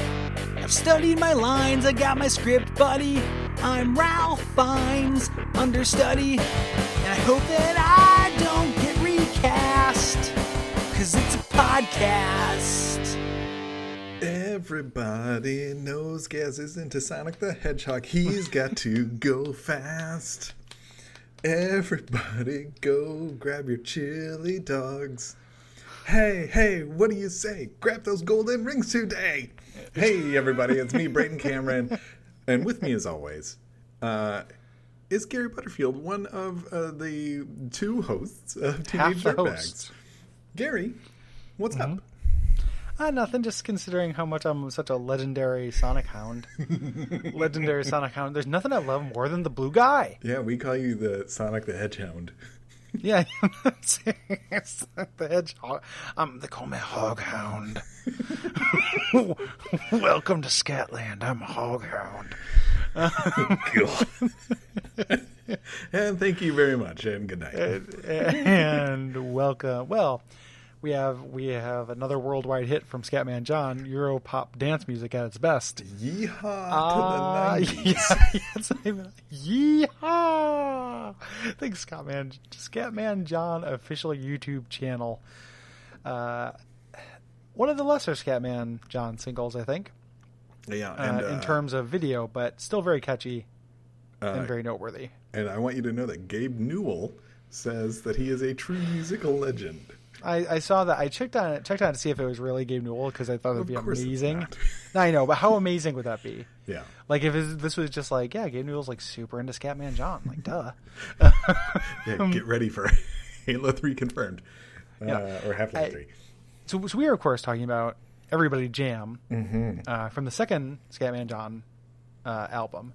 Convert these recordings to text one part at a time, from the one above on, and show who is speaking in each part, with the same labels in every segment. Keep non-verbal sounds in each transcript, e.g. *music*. Speaker 1: I've studied my lines, I got my script, buddy. I'm Ralph Fiennes, understudy. And I hope that I don't get recast, cause it's a podcast.
Speaker 2: Everybody knows Gaz is into Sonic the Hedgehog. He's got to go fast. Everybody go grab your chili dogs. Hey, hey, what do you say? Grab those golden rings today. Hey, everybody, it's me, Brayden Cameron. And with me, as always, uh, is Gary Butterfield, one of uh, the two hosts of Teenage
Speaker 3: Half the Mm-hmm.
Speaker 2: Dirtbags.
Speaker 3: host.
Speaker 2: Gary, what's up?
Speaker 3: Ah, nothing. Just considering how much I'm such a legendary Sonic hound. legendary Sonic hound. There's nothing I love more than the blue guy.
Speaker 2: Yeah, we call you the Sonic the Hedgehond.
Speaker 3: *laughs* Yeah, serious. the hedgehog. I'm the call me hog hound. *laughs* Welcome to Scatland. I'm a hog hound.
Speaker 2: and thank you very much, and good night.
Speaker 3: and welcome. Well, we have we have another worldwide hit from Scatman John. Europop dance music at its best.
Speaker 2: Yeehaw
Speaker 3: Ah, *laughs*
Speaker 2: to the 90s.
Speaker 3: yeah, yeah, it's not even- Yeehaw! I think Scatman, Scatman John official YouTube channel. Uh, one of the lesser Scatman John singles, I think,
Speaker 2: Yeah,
Speaker 3: uh,
Speaker 2: and,
Speaker 3: in
Speaker 2: uh,
Speaker 3: terms of video, but still very catchy
Speaker 2: uh,
Speaker 3: and very noteworthy.
Speaker 2: and I want you to know that Gabe Newell says that he is a true musical legend.
Speaker 3: I, I saw that. I checked on it, checked on it to see if it was really Gabe Newell because I thought it'd
Speaker 2: Of
Speaker 3: be
Speaker 2: course it's
Speaker 3: amazing.
Speaker 2: not.
Speaker 3: *laughs* I know, but how amazing would that be?
Speaker 2: Yeah.
Speaker 3: Like if it- this was just like, yeah, Gabe Newell's like super into Scatman John, like duh.
Speaker 2: Yeah, get ready for *laughs* Halo 3 confirmed. Uh, or Half Life
Speaker 3: I-
Speaker 2: 3.
Speaker 3: so, so we are of course talking about everybody jam uh, from the second scatman john uh, album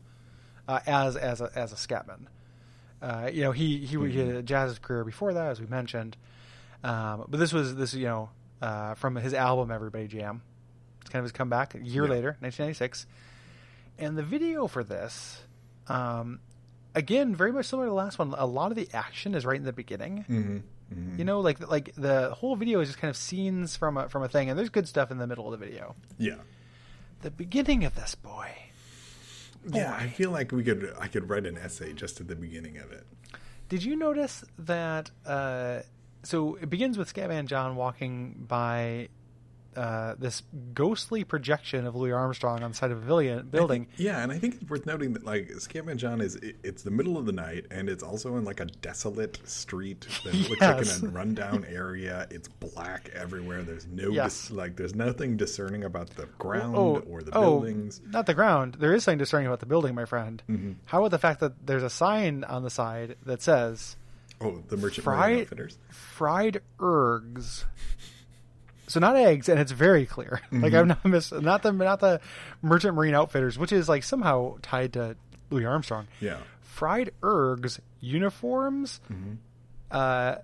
Speaker 3: uh, as as a, as a scatman uh, you know he he, he had a jazz career before that as we mentioned um, but this was this you know uh, from his album everybody jam it's kind of his comeback a year
Speaker 2: Yeah.
Speaker 3: later 1996 and the video for this um, again very much similar to the last one a lot of the action is right in the beginning you know like like the whole video is just kind of scenes from a from a thing and there's good stuff in the middle of the video
Speaker 2: Yeah.
Speaker 3: the beginning of this boy
Speaker 2: Yeah, I feel like we could I could write an essay just at the beginning of it.
Speaker 3: did you notice that uh so it begins with scatman john walking by uh, this ghostly projection of Louis Armstrong on the side of a villian- building.
Speaker 2: Yeah, and I think it's worth noting that like Scatman John is it- it's the middle of the night and it's also in like a desolate *laughs* street that looks like
Speaker 3: Yes.
Speaker 2: in a rundown area. It's black everywhere. There's no dis-
Speaker 3: Yes.
Speaker 2: like there's nothing discerning about the ground or the buildings.
Speaker 3: Oh,
Speaker 2: Mm-hmm.
Speaker 3: not the ground. There is something discerning about the building, my friend. How about the fact that there's a sign on the side that says
Speaker 2: Oh, the merchant marine
Speaker 3: fried
Speaker 2: outfitters.
Speaker 3: fried ergs. So not eggs, and it's very clear. *laughs* Like I'm not miss not the not the merchant marine outfitters, which is like somehow tied to Louis Armstrong.
Speaker 2: Yeah.
Speaker 3: Fried ergs uniforms. Uh,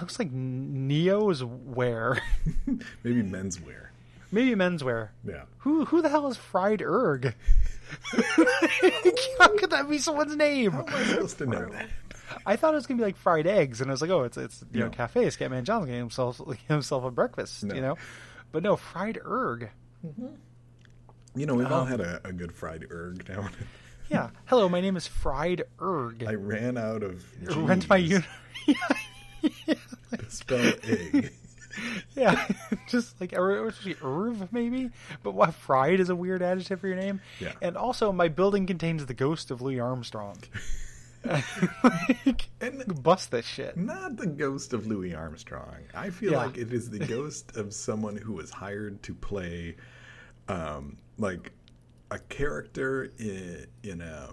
Speaker 3: looks like Neo's wear, *laughs*
Speaker 2: Maybe menswear.
Speaker 3: maybe menswear.
Speaker 2: Yeah.
Speaker 3: Who who the hell is Fried Erg? *laughs* How could that be someone's name?
Speaker 2: How am *laughs* I supposed to know that?
Speaker 3: I thought it was gonna be like fried eggs, and I was like, oh, it's it's you know
Speaker 2: No.
Speaker 3: cafe. Scatman John's getting himself *laughs* himself a breakfast,
Speaker 2: No.
Speaker 3: you know. But no, fried erg.
Speaker 2: You know, we've all had a, a good fried erg now.
Speaker 3: Yeah. Hello, my name is Fried Erg.
Speaker 2: *laughs* I ran out *laughs* of
Speaker 3: *laughs* Rent my
Speaker 2: G's
Speaker 3: unit.
Speaker 2: to spell egg. *laughs*
Speaker 3: *laughs* Yeah, just like or or it should be Irv maybe, but why fried is a weird adjective for your name.
Speaker 2: Yeah.
Speaker 3: And also, my building contains the ghost of
Speaker 2: *laughs*
Speaker 3: Louis Armstrong. *laughs* like,
Speaker 2: And-
Speaker 3: bust this shit.
Speaker 2: Not the ghost of Louis Armstrong. I feel
Speaker 3: Yeah.
Speaker 2: like it is
Speaker 3: *laughs*
Speaker 2: the ghost of someone who was hired to play, um, like, a character in, in a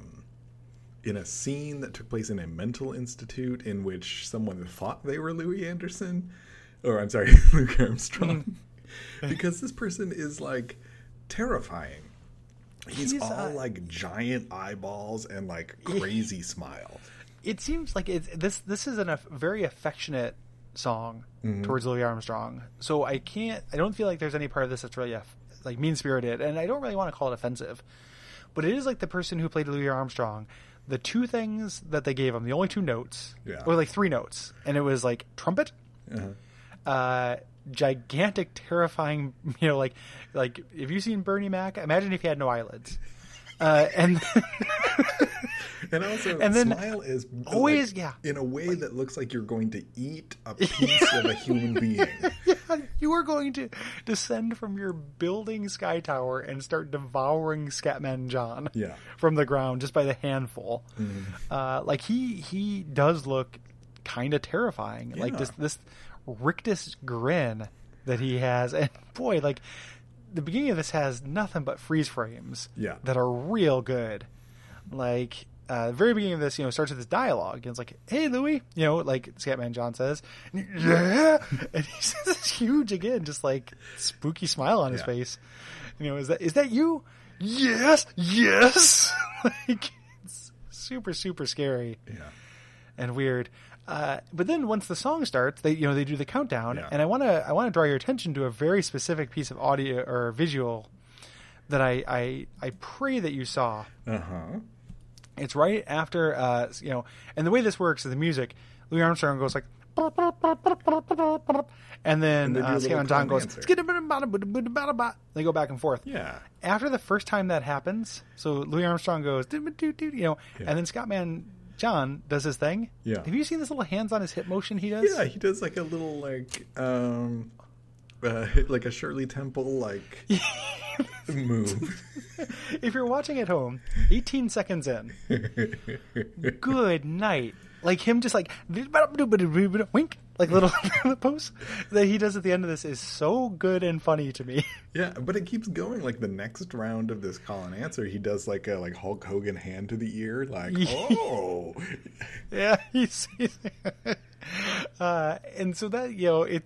Speaker 2: in a scene that took place in a mental institute in which someone thought they were Louis Anderson, or I'm sorry, *laughs* Luke Armstrong, *laughs*
Speaker 3: Mm.
Speaker 2: because this person is like terrifying. He's,
Speaker 3: He's,
Speaker 2: all
Speaker 3: uh,
Speaker 2: like giant eyeballs and
Speaker 3: *laughs*
Speaker 2: like crazy smile.
Speaker 3: it seems like it's this this is an, a very affectionate song towards Louis Armstrong. So I can't I don't feel like there's any part of this that's really aff- like mean spirited, and I don't really want to call it offensive. But it is like the person who played Louis Armstrong. The two things that they gave him, the only two notes,
Speaker 2: Yeah.
Speaker 3: or like three notes, and it was like trumpet, uh, gigantic, terrifying. *laughs* You know, like like have you seen Bernie Mac? Imagine if he had no eyelids. Uh, and *laughs*
Speaker 2: And also,
Speaker 3: And then
Speaker 2: smile is like,
Speaker 3: always- yeah.
Speaker 2: in a way that looks like you're going to eat
Speaker 3: *laughs*
Speaker 2: a piece of a human being.
Speaker 3: you are going to descend from your building sky tower and start devouring Scatman John
Speaker 2: Yeah. Mm-hmm.
Speaker 3: from the ground just by the handful. Uh, like he he does look kind of terrifying. Like this this rictus grin that he has, and boy, like the beginning of this has nothing but freeze frames
Speaker 2: Yeah.
Speaker 3: that are real good. Like uh, the very beginning of this, you know, starts with this dialogue, and it's like, "Hey, Louis," you know, like Scatman John says, "Yeah," *laughs* and he says this huge again, just like spooky smile on his
Speaker 2: Yeah.
Speaker 3: face. You know, is that is that you? Yes, yes. *laughs* like it's super super scary
Speaker 2: Yeah.
Speaker 3: and weird. Uh, but then once the song starts, they you know they do the countdown,
Speaker 2: Yeah.
Speaker 3: and I want to I want to draw your attention to a very specific piece of audio or visual that I I, I pray that you saw.
Speaker 2: Uh huh.
Speaker 3: It's right after uh, you know, and the way this works is the music. Louis Armstrong goes like. And
Speaker 2: And
Speaker 3: then,
Speaker 2: they do a
Speaker 3: uh,
Speaker 2: little
Speaker 3: Scatman John
Speaker 2: clown
Speaker 3: goes.
Speaker 2: dancer.
Speaker 3: "Skidabada-bada-bada-bada-bada-bada." They go back and forth
Speaker 2: Yeah.
Speaker 3: after the first time that happens, so Louis Armstrong goes, "Doo, doo, doo," you know,
Speaker 2: Yeah.
Speaker 3: and then Scottman John does his thing.
Speaker 2: Yeah.
Speaker 3: Have you seen this little hands on his hip motion he does?
Speaker 2: Yeah, he does like a little like um uh, *laughs* like a Shirley Temple
Speaker 3: *laughs*
Speaker 2: like move.
Speaker 3: If you're watching at home, 18 seconds in, good night. Like him just like *laughs* wink, like little *laughs* pose that he does at the end of this is so good and funny to me. *laughs*
Speaker 2: yeah, but it keeps going. Like the next round of this call and answer, he does like a like Hulk Hogan hand to the ear,
Speaker 3: *laughs*
Speaker 2: like oh,
Speaker 3: Yeah, *laughs* he's, he's uh, and so that you know it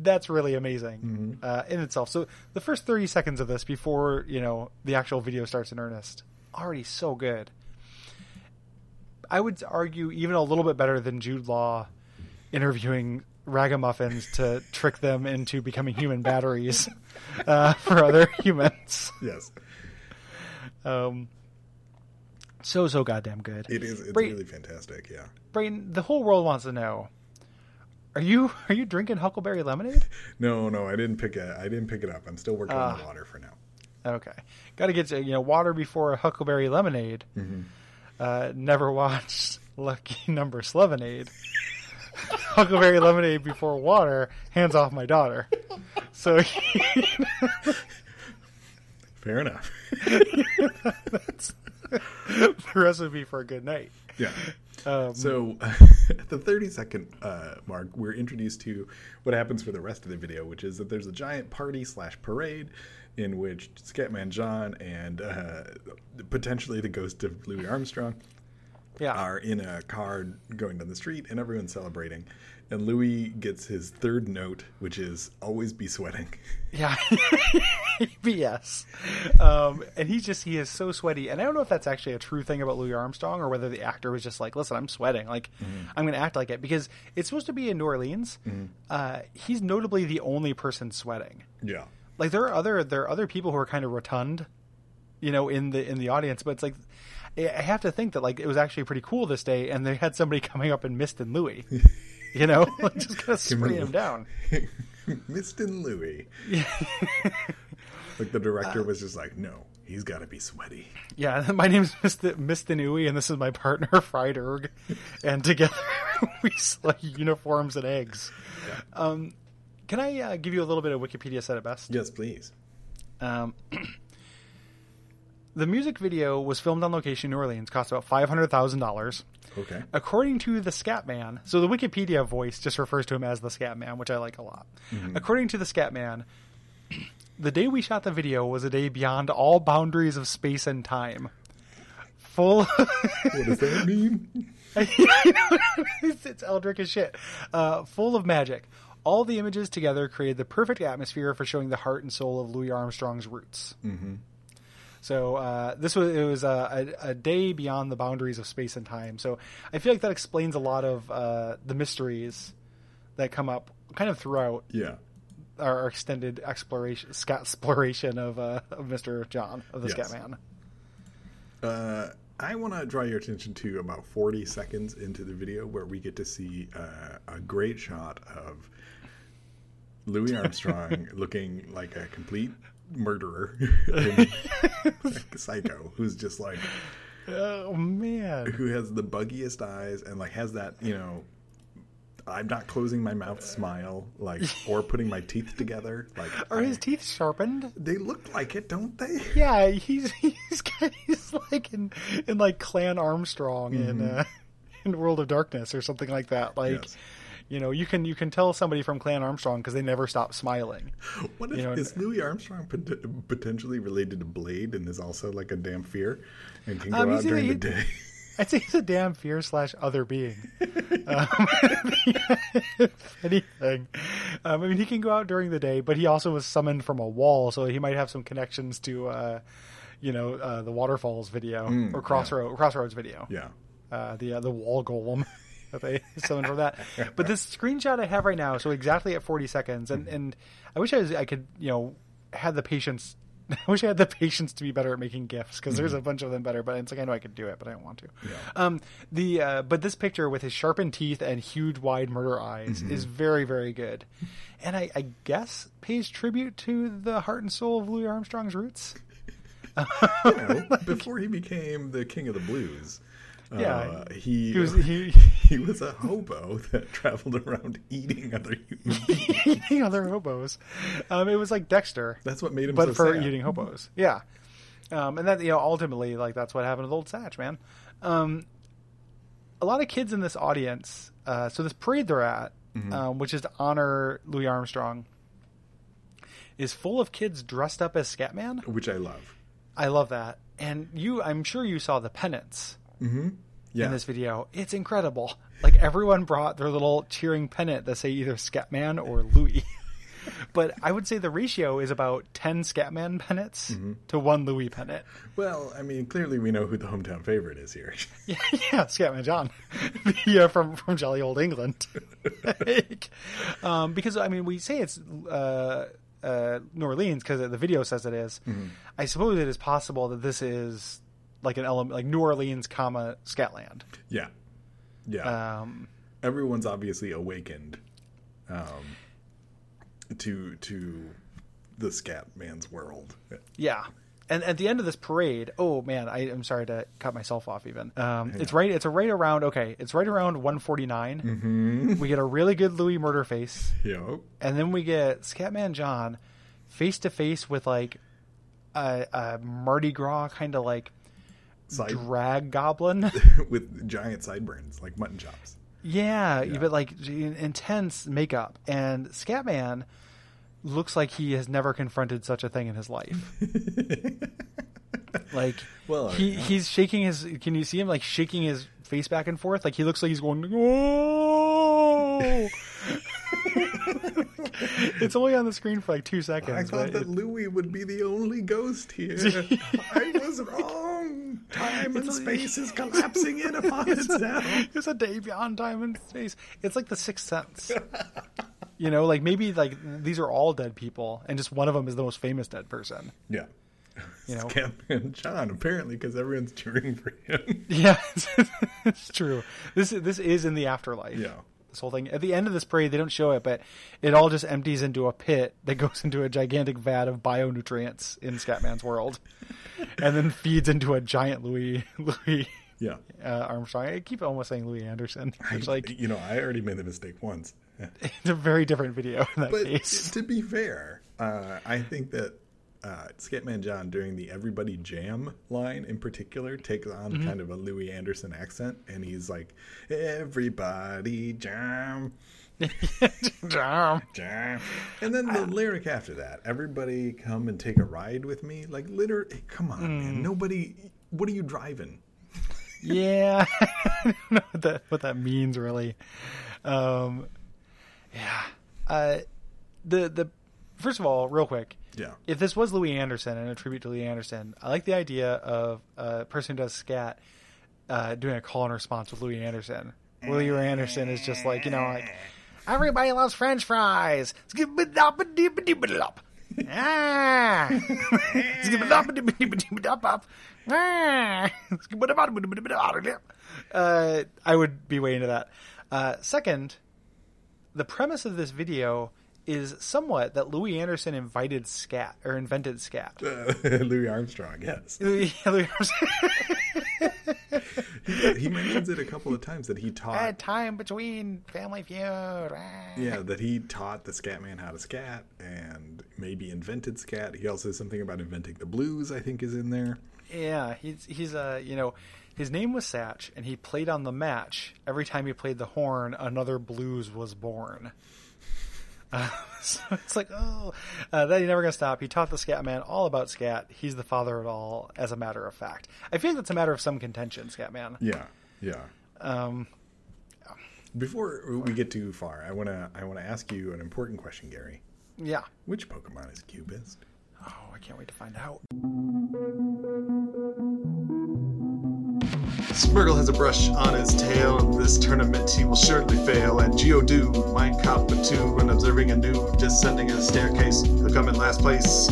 Speaker 3: that's really amazing uh, in itself. So the first thirty seconds of this before you know the actual video starts in earnest already so good. I would argue even a little bit better than Jude Law interviewing ragamuffins to trick them into becoming human batteries uh, for other *laughs* humans.
Speaker 2: yes,
Speaker 3: Um, so so goddamn good.
Speaker 2: it is. It's
Speaker 3: Right.
Speaker 2: really fantastic. Yeah,
Speaker 3: Brayden, the whole world wants to know: Are you *laughs* are you drinking Huckleberry lemonade?
Speaker 2: no, no, I didn't pick it. I didn't pick it up. I'm still working on the water for now.
Speaker 3: Okay, got to get to, you know water before a Huckleberry lemonade. Uh, never watched *laughs* Lucky Number Slevenade. *laughs* Huckleberry lemonade before water. Hands off my daughter. So *laughs*
Speaker 2: Fair enough. *laughs*
Speaker 3: that's the recipe for a good night.
Speaker 2: yeah.
Speaker 3: Um,
Speaker 2: So, *laughs* at the 30 second uh, mark, we're introduced to what happens for the rest of the video, which is that there's a giant party slash parade in which Scatman John and uh, potentially the ghost of Louis Armstrong
Speaker 3: yeah,
Speaker 2: are in a car going down the street and everyone's celebrating. And Louis gets his third note, which is always be sweating. *laughs*
Speaker 3: Yeah. *laughs* BS. Um, and he just, he is so sweaty. And I don't know if that's actually a true thing about Louis Armstrong or whether the actor was just like, listen, I'm sweating. Like, I'm going to act like it because it's supposed to be in New Orleans. Uh, he's notably the only person sweating.
Speaker 2: Yeah.
Speaker 3: Like, there are other, there are other people who are kind of rotund, you know, in the, in the audience, but it's like, I I have to think that like it was actually pretty cool this day and they had somebody *laughs* coming up and missed in Louis, you know, *laughs* like, just kind of spraying him down.
Speaker 2: *laughs* Mistin Louis. like the director was just like, no, he's got to be sweaty.
Speaker 3: Yeah, *laughs* my name's Mr. Mr. Nui, and this is my partner *laughs* Friedberg, and together *laughs* we sell uniforms and eggs. Um, can I uh, give you a little bit of Wikipedia said it best?
Speaker 2: Yes, please.
Speaker 3: Um, the music video was filmed on location in New Orleans, cost about five hundred thousand dollars,
Speaker 2: Okay.
Speaker 3: according to the Scat Man. So the Wikipedia voice just refers to him as the Scat Man, which I like a lot. According to the Scat Man. *clears throat* The day we shot the video was a day beyond all boundaries of space and time. Full
Speaker 2: What does that mean?
Speaker 3: *laughs* it's, it's Eldrick as shit. Uh, full of magic. All the images together created the perfect atmosphere for showing the heart and soul of Louis Armstrong's roots. Mm-hmm. So uh, this was it was uh, a, a, a day beyond the boundaries of space and time. So I feel like that explains a lot of uh, the mysteries that come up kind of throughout
Speaker 2: Yeah.
Speaker 3: our our extended exploration, *laughs* scat exploration of, uh, of Mister John of the
Speaker 2: Yes.
Speaker 3: Scatman.
Speaker 2: Uh, I want to draw your attention to about 40 seconds into the video where we get to see uh, a great shot of Louis Armstrong looking like a complete murderer, and, like, psycho, who's just like
Speaker 3: Oh man.
Speaker 2: who has the buggiest eyes and like has that you know i'm not closing my mouth smile like or putting my teeth together like
Speaker 3: Are
Speaker 2: I-
Speaker 3: his teeth sharpened?
Speaker 2: they look like it don't they *laughs*
Speaker 3: Yeah, he's *laughs* he's got, he's like in in like Clan Armstrong in uh, in World of Darkness or something like that. Like,
Speaker 2: Yes.
Speaker 3: you know, you can you can tell somebody from Clan Armstrong because they never stop smiling.
Speaker 2: what if
Speaker 3: You know,
Speaker 2: is louis armstrong pot- potentially related to blade and is also like a damn fear and can go
Speaker 3: Um, he's
Speaker 2: out during the
Speaker 3: either-
Speaker 2: day *laughs*
Speaker 3: I'd say he's a damn fear slash other being. Um, *laughs* if anything, um, I mean, he can go out during the day, but he also was summoned from a wall, so he might have some connections to, uh, you know, uh, the waterfalls video or crossroad crossroads video.
Speaker 2: yeah
Speaker 3: uh, the uh, the wall golem *laughs* that they summoned from that. But this screenshot I have right now, so exactly at 40 seconds, and and I wish I was, I could you know had the patience. *laughs* I wish I had the patience to be better at making gifs because there's a bunch of them better. But it's like I know I could do it, but I don't want to. Um, the uh, but this picture with his sharpened teeth and huge wide murder eyes is very very good, and I, I guess pays tribute to the heart and soul of Louis Armstrong's roots. *laughs*
Speaker 2: you know, before he became the king of the blues
Speaker 3: Yeah.
Speaker 2: uh, he
Speaker 3: He was he *laughs*
Speaker 2: he was a hobo that *laughs* traveled around eating other human beings.
Speaker 3: eating other hobos. Um, it was like Dexter.
Speaker 2: That's what made him
Speaker 3: but
Speaker 2: so
Speaker 3: for
Speaker 2: sad.
Speaker 3: eating hobos. *laughs* Yeah. Um, and that you know ultimately like that's what happened with old Satch, man. Um, a lot of kids in this audience. Uh, so this parade they're at, um, which is to honor Louis Armstrong, is full of kids dressed up as Scatman.
Speaker 2: which i love
Speaker 3: I love that. And you, I'm sure you saw the pennants
Speaker 2: yeah
Speaker 3: in this video. It's incredible. Like everyone brought their little cheering pennant that say either Scatman or Louis. *laughs* but I would say the ratio is about ten Scatman pennants to one Louis pennant. *laughs*
Speaker 2: Well, I mean, clearly we know who the hometown favorite is here. *laughs*
Speaker 3: Yeah, yeah Scatman John, *laughs* yeah, from from jolly old England. *laughs* Like, um, because I mean, we say it's uh, uh, New Orleans because the video says it is. I suppose it is possible that this is like an element, like New Orleans, comma Scatland.
Speaker 2: yeah, yeah.
Speaker 3: Um,
Speaker 2: Everyone's obviously awakened um, to to the scat man's world.
Speaker 3: Yeah. And at the end of this parade, oh man, I am sorry to cut myself off. Even um, it's right, it's right around. Okay, it's right around 149. We get a really good Louis murder face,
Speaker 2: You know,
Speaker 3: and then we get Scatman John face to face with like a, a Mardi Gras kind of like
Speaker 2: side
Speaker 3: drag goblin.
Speaker 2: *laughs* with giant sideburns like mutton chops.
Speaker 3: Yeah, but like g- intense makeup. And Scatman looks like he has never confronted such a thing in his life. like,
Speaker 2: Well, I-
Speaker 3: he he's shaking his. Can you see him like shaking his face back and forth? Like he looks like he's going. Oh! it's only on the screen for like two seconds.
Speaker 2: I thought
Speaker 3: but
Speaker 2: that
Speaker 3: it-
Speaker 2: Louis would be the only ghost
Speaker 3: *laughs*
Speaker 2: here. I was wrong. Time and
Speaker 3: It's-
Speaker 2: space is collapsing in upon itself.
Speaker 3: *laughs* It's a day beyond time and space. It's like the sixth sense. *laughs* you know, like maybe like these are all dead people, and just one of them is the most famous dead person.
Speaker 2: Yeah.
Speaker 3: You know,
Speaker 2: Scat man John, apparently, because everyone's cheering for
Speaker 3: *laughs*
Speaker 2: him.
Speaker 3: yeah, it's, it's true. This this is in the afterlife.
Speaker 2: Yeah.
Speaker 3: This whole thing at the end of this parade, they don't show it, but it all just empties into a pit that *laughs* goes into a gigantic vat of bionutrients in Scatman's
Speaker 2: *laughs*
Speaker 3: world, and then feeds into a giant Louis *laughs* Louis
Speaker 2: Yeah.
Speaker 3: uh, Armstrong. I keep almost saying Louis Anderson. *laughs* It's like
Speaker 2: you know, I already made the mistake
Speaker 3: *laughs*
Speaker 2: once.
Speaker 3: it's a very different video in that
Speaker 2: But
Speaker 3: case. *laughs*
Speaker 2: to be fair, uh, I think that uh, Scatman John during the Everybody Jam line in particular takes on
Speaker 3: Mm-hmm.
Speaker 2: kind of a Louis Anderson accent, and he's like, Everybody Jam,
Speaker 3: Damn.
Speaker 2: Jam. And then the lyric after that, Everybody come and take a ride with me. Like, literally, come on,
Speaker 3: Mm.
Speaker 2: man. Nobody, what are you driving?
Speaker 3: *laughs* Yeah, *laughs* I don't know what that what that means really. Um, yeah, uh, the the first of all, real quick,
Speaker 2: Yeah.
Speaker 3: if this was Louis Anderson and a tribute to Louis Anderson, I like the idea of a person who does scat uh, doing a call and response with Louis Anderson. Louis Anderson is just like you know like everybody loves French fries. Skip-a-dop-a-dip-a-dip-a-dop. Ah. Skip-a-dop-a-dip-a-dip-a-dop-up. Ah. Skip-a-dop-a-dip-a-dip-a-dop. Uh, I would be way into that. Uh, second, the premise of this video is somewhat that Louis Anderson invited scat or invented scat. *laughs*
Speaker 2: Louis Armstrong, yes.
Speaker 3: Louis Anderson
Speaker 2: He, he mentions it a couple of times that he
Speaker 3: had
Speaker 2: taught.
Speaker 3: time between Family Feud. ah.
Speaker 2: Yeah, that he taught the scat man how to scat and maybe invented scat. He also says something about inventing the blues, I think, is in there.
Speaker 3: Yeah, he's he's uh you know his name was Satch and he played on the match. Every time he played the horn, another blues was born. *laughs* Uh, so it's like oh, uh, that he's never gonna stop. He taught the Scat Man all about Scat. He's the father of it all, as a matter of fact. I feel like that's a matter of some contention, Scat Man.
Speaker 2: Yeah, yeah.
Speaker 3: Um,
Speaker 2: Before we get too far, I wanna I wanna ask you an important question, Gary.
Speaker 3: yeah.
Speaker 2: Which Pokemon is Cubist?
Speaker 3: Oh, I can't wait to find out.
Speaker 4: Smirgle has a brush on his tail, and this tournament he will surely fail. And Geodude, Mind Cop two, and observing a new descending a staircase, he'll come in last place.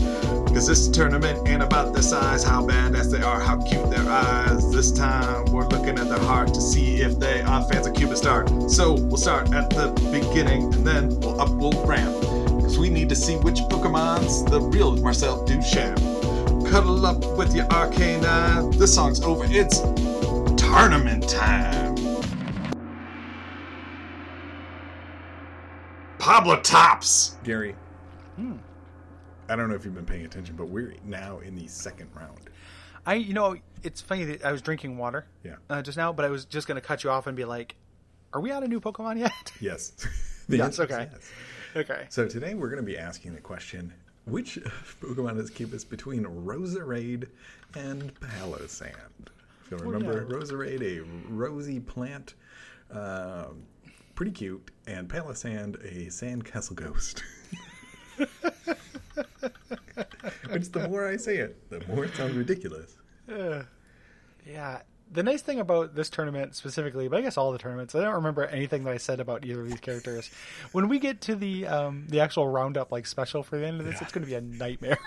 Speaker 4: Cause this tournament ain't about their size, how badass they are, how cute their eyes. This time we're looking at their heart to see if they are fans of Cuban Star. So we'll start at the beginning and then we'll up we'll ramp. Cause we need to see which Pokemon's the real Marcel Duchamp. Cuddle up with your Arcanine. This song's over. It's tournament time. Pablo Tops.
Speaker 2: Gary. Hmm. I don't know if you've been paying attention, but we're now in the second round.
Speaker 3: I you know it's funny that I was drinking water
Speaker 2: Yeah.
Speaker 3: uh, just now, but I was just gonna cut you off and be like, "Are we on a new Pokemon yet?" *laughs*
Speaker 2: Yes. *laughs* The
Speaker 3: Yes,
Speaker 2: answer is
Speaker 3: okay. okay.
Speaker 2: So today we're going to be asking the question which *laughs* Pokemon is Cubist between Roserade and Palosand? If you'll remember, Roserade, a rosy plant, um, pretty cute, and Palosand, a sandcastle ghost. *laughs* Which the more I say it, the more it sounds ridiculous.
Speaker 3: Yeah. The nice thing about this tournament specifically, but I guess all the tournaments, I don't remember anything that I said about either of these characters. when we get to the um, the actual roundup like special for the end of this, it's going to be a nightmare. *laughs*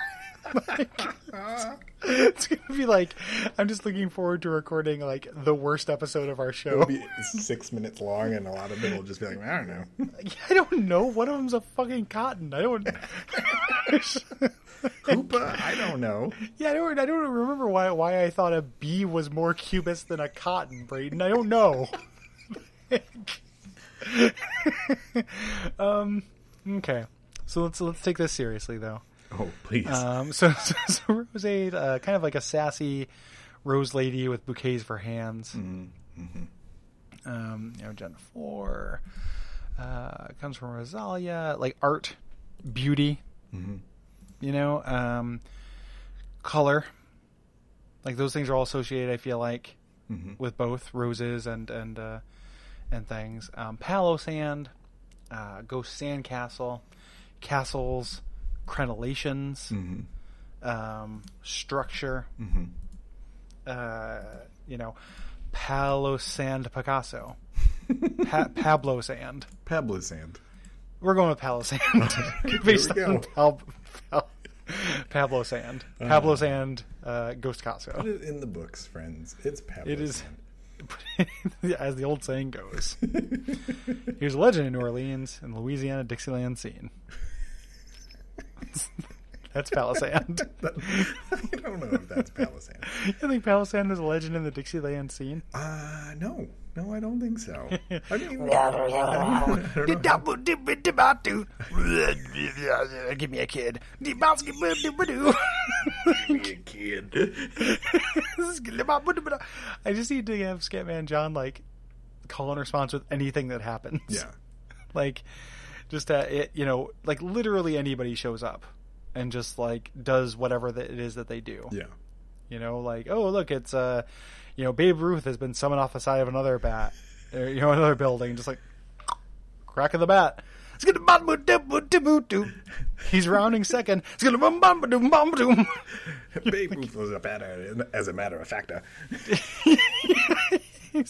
Speaker 3: Like, it's going to be like I'm just looking forward to recording like the worst episode of our show.
Speaker 2: It'll be six minutes long, and a lot of it will just be like, I don't know.
Speaker 3: *laughs* I don't know. One of them's a fucking cotton. I don't.
Speaker 2: Koopa? I don't know.
Speaker 3: yeah, I don't. I don't remember why why I thought a bee was more cubist than a cotton, Braden. I don't know. *laughs* um. Okay. So let's let's take this seriously though.
Speaker 2: *laughs* Oh, please.
Speaker 3: Um. So *laughs* so, so Rosade, uh, kind of like a sassy rose lady with bouquets for hands. Um. You know, Gen Four uh, comes from Rosalia, like art, beauty. You know, um, color. Like those things are all associated. I feel like with both roses and and uh, and things. Um, Palo sand, uh, ghost sand castle, castles, crenellations, um, structure.
Speaker 2: Mm-hmm.
Speaker 3: Uh, you know, Palo sand
Speaker 2: *laughs*
Speaker 3: Picasso, pa- Pablo sand.
Speaker 2: Pablo Sand.
Speaker 3: We're going with
Speaker 2: *laughs*
Speaker 3: Palo Sand. *laughs* Based
Speaker 2: we
Speaker 3: on
Speaker 2: go. Uh-huh.
Speaker 3: Pal- Pal- Pablo Sand. Pablo Sand, uh, Ghost Costco.
Speaker 2: Put it in the books, friends. It's Pablo
Speaker 3: It is,
Speaker 2: Sand.
Speaker 3: *laughs* as the old saying goes, he was a legend in New Orleans and Louisiana Dixieland
Speaker 2: *laughs*
Speaker 3: scene. *laughs* That's Palo Sand.
Speaker 2: *laughs*
Speaker 3: *laughs*
Speaker 2: I don't know if that's Pablo Sand.
Speaker 3: you think Palo Sand was a legend in the Dixieland scene?
Speaker 2: Uh, no. No, I don't think so. I mean, I don't- I don't know.
Speaker 3: *laughs* Give me a kid. *laughs* I just need to have Scatman John like call and response with anything that happens.
Speaker 2: Yeah.
Speaker 3: *laughs* Like just that it you know, like literally anybody shows up and just like does whatever that it is that they do.
Speaker 2: Yeah.
Speaker 3: You know, like, oh look, it's uh you know, Babe Ruth has been summoned off the side of another bat or, you know, another building, just like crack of the bat. It's gonna bum boo doo boo doo boo doo. He's rounding second. It's gonna bum bum ba doom bum ba doom.
Speaker 2: Babe Ruth was a bad at- as a matter of fact. uh,
Speaker 3: *laughs* *laughs*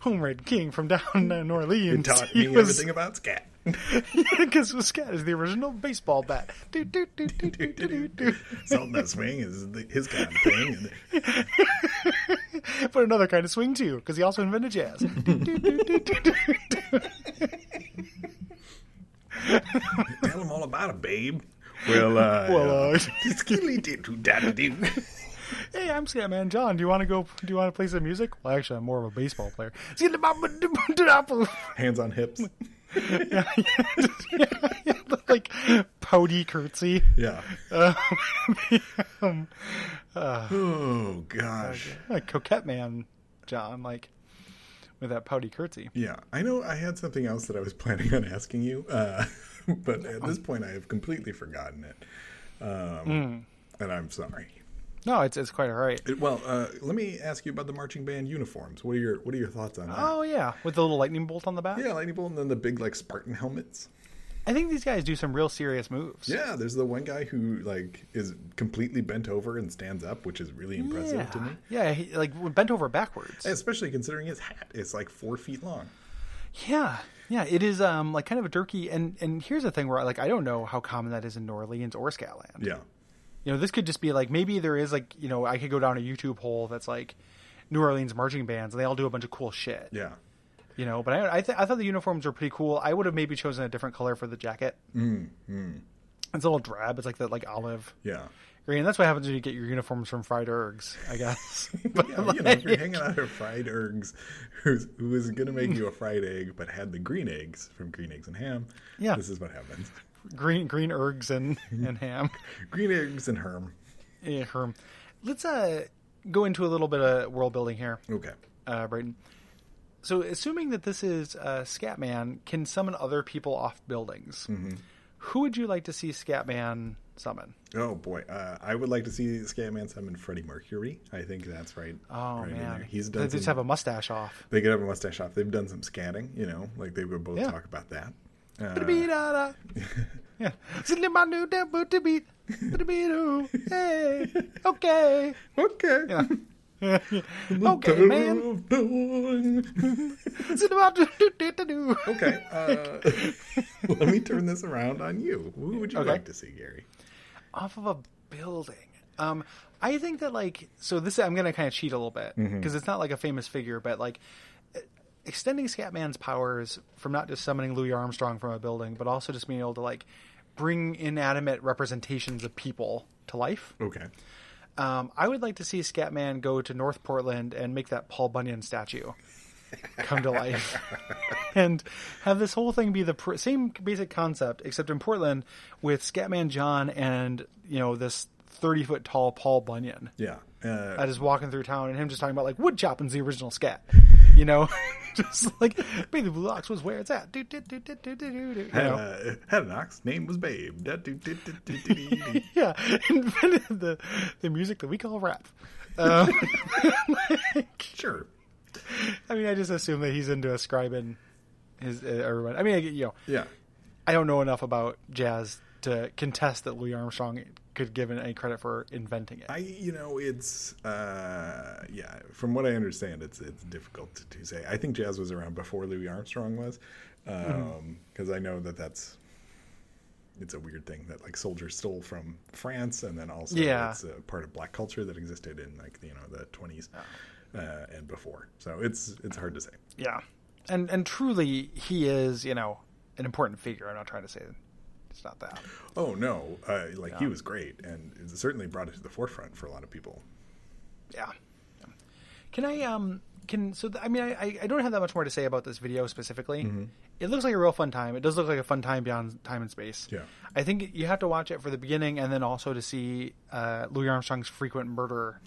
Speaker 3: Homeward uh, King from down in
Speaker 2: He
Speaker 3: Orleans.
Speaker 2: taught
Speaker 3: He
Speaker 2: me
Speaker 3: was- *laughs*
Speaker 2: everything about scat. *laughs*
Speaker 3: Because Muscat is the original baseball bat. Do, do, do, do, do, do, do, do.
Speaker 2: Salt and swing is the, his kind of thing. And
Speaker 3: But another kind of swing
Speaker 2: *laughs*
Speaker 3: too, because he also invented jazz. Do, do, do, do, do, do, do.
Speaker 2: Tell them all about it, babe. Well, uh, *laughs*
Speaker 3: *laughs* Well, uh, *laughs*
Speaker 2: Skilly-dee-doo-dah-dah-doo.
Speaker 3: Hey, I'm Scatman John. Do you want to go? Do you want to play some music? Well, actually, I'm more of a baseball player. yeah,
Speaker 2: Hands on hips.
Speaker 3: *laughs* like pouty curtsy. *laughs*
Speaker 2: Yeah.
Speaker 3: Um,
Speaker 2: Oh gosh.
Speaker 3: like coquette man, John. Like with that pouty curtsy.
Speaker 2: Yeah, I know. I had something else that I was *laughs* planning on asking you, uh, *laughs* but at this point, I have completely forgotten it, um,
Speaker 3: Mm.
Speaker 2: and I'm sorry.
Speaker 3: No, it's it's quite all right.
Speaker 2: It- well, uh, let me ask you about the marching band uniforms. What are your What are your thoughts on that?
Speaker 3: Oh yeah, with the little lightning bolt on the back.
Speaker 2: Yeah, lightning bolt, and then the big like Spartan helmets.
Speaker 3: I think these guys do some real serious moves.
Speaker 2: Yeah, there's the one guy who like is completely bent over and stands up, which is really impressive to me.
Speaker 3: Yeah, he, like bent over backwards.
Speaker 2: Especially considering his hat is like four feet long.
Speaker 3: Yeah, yeah, it is um like kind of a jerky. And and here's the thing where like I don't know how common that is in New Orleans or Scotland.
Speaker 2: Yeah,
Speaker 3: You know, this could just be like maybe there is like you know I could go down a YouTube hole that's like New Orleans marching bands and they all do a bunch of cool shit.
Speaker 2: yeah,
Speaker 3: You know, but I I, th- I thought the uniforms were pretty cool. I would have maybe chosen a different color for the jacket. Mm, It's a little drab. It's like that like olive
Speaker 2: yeah.
Speaker 3: green. That's what happens when you get your uniforms from fried ergs, I guess. but
Speaker 2: Yeah, you know, if you're hanging out at fried eggs, who's who is gonna make you a fried egg but had the green eggs from Green Eggs and Ham?
Speaker 3: Yeah.
Speaker 2: this is what happens.
Speaker 3: green green ergs and and ham.
Speaker 2: Green eggs and Herm.
Speaker 3: Yeah, Herm. Let's uh, go into a little bit of world building here,
Speaker 2: Okay.
Speaker 3: uh, Brayden. So, assuming that this is uh, Scatman can summon other people off buildings,
Speaker 2: Mm-hmm.
Speaker 3: who would you like to see Scatman summon?
Speaker 2: Oh boy, uh, I would like to see Scatman summon Freddie Mercury. I think that's right.
Speaker 3: Oh
Speaker 2: right in
Speaker 3: man,
Speaker 2: there. he's
Speaker 3: They
Speaker 2: done.
Speaker 3: just
Speaker 2: some-
Speaker 3: have a mustache off.
Speaker 2: They could have a mustache off. They've done some scatting. You know, like they would both
Speaker 3: Yeah.
Speaker 2: talk about that.
Speaker 3: Da-da-bee-da-da.
Speaker 2: Uh, *laughs*
Speaker 3: yeah, Sitting in my new debut to be, to be who?
Speaker 2: *laughs*
Speaker 3: Hey, okay,
Speaker 2: okay. *laughs*
Speaker 3: *laughs* okay, man. Sitting in my *laughs* do- do- do- do- do.
Speaker 2: okay. Uh, *laughs* let me turn this around on you. Who would you
Speaker 3: Okay.
Speaker 2: like to see, Gary?
Speaker 3: off of a building. Um, I think that like so this I'm gonna kind of cheat a little bit because it's not like a famous figure, but like e- extending Scatman's powers from not just summoning Louis Armstrong from a building, but also just being able to like bring inanimate representations of people to life.
Speaker 2: Okay.
Speaker 3: Um, I would like to see Scatman go to North Portland and make that Paul Bunyan statue come to life, and have this whole thing be the pr- same basic concept, except in Portland with Scatman John and you know this thirty foot tall Paul Bunyan
Speaker 2: Yeah. Uh,
Speaker 3: that is walking through town, and him just talking about like wood chopping's the original scat, you know, *laughs* just like Baby Blue Ox was where it's at. Do, do, do, do, do, do, do, do, you
Speaker 2: had, *laughs*
Speaker 3: know?
Speaker 2: uh, had an ox, name was Babe. Da- do- do- do- do- do- do- do.
Speaker 3: yeah, *laughs* invented the the music that we call rap. Um,
Speaker 2: sure.
Speaker 3: I mean, I just assume that he's into ascribing his uh, everyone. I mean, I, you know,
Speaker 2: Yeah.
Speaker 3: I don't know enough about jazz to contest that Louis Armstrong could give any credit for inventing it.
Speaker 2: I, you know, it's, uh, yeah, from what I understand, it's it's difficult to, to say. I think jazz was around before Louis Armstrong was, because I know that that's, it's a weird thing that, like, soldiers stole from France, and then also
Speaker 3: Yeah.
Speaker 2: it's a part of black culture that existed in, like, you know, the 20s uh, and before. So it's it's hard to say.
Speaker 3: yeah, and and truly, he is you know an important figure. I'm not trying to say it's not that.
Speaker 2: Oh, no. Uh, like, he was great, and it certainly brought it to the forefront for a lot of people.
Speaker 3: Yeah. Can I um can so th- I mean I- I I don't have that much more to say about this video specifically.
Speaker 2: Mm-hmm.
Speaker 3: It looks like a real fun time. It does look like a fun time beyond time and space.
Speaker 2: Yeah.
Speaker 3: I think you have to watch it for the beginning and then also to see uh, Louis Armstrong's frequent murder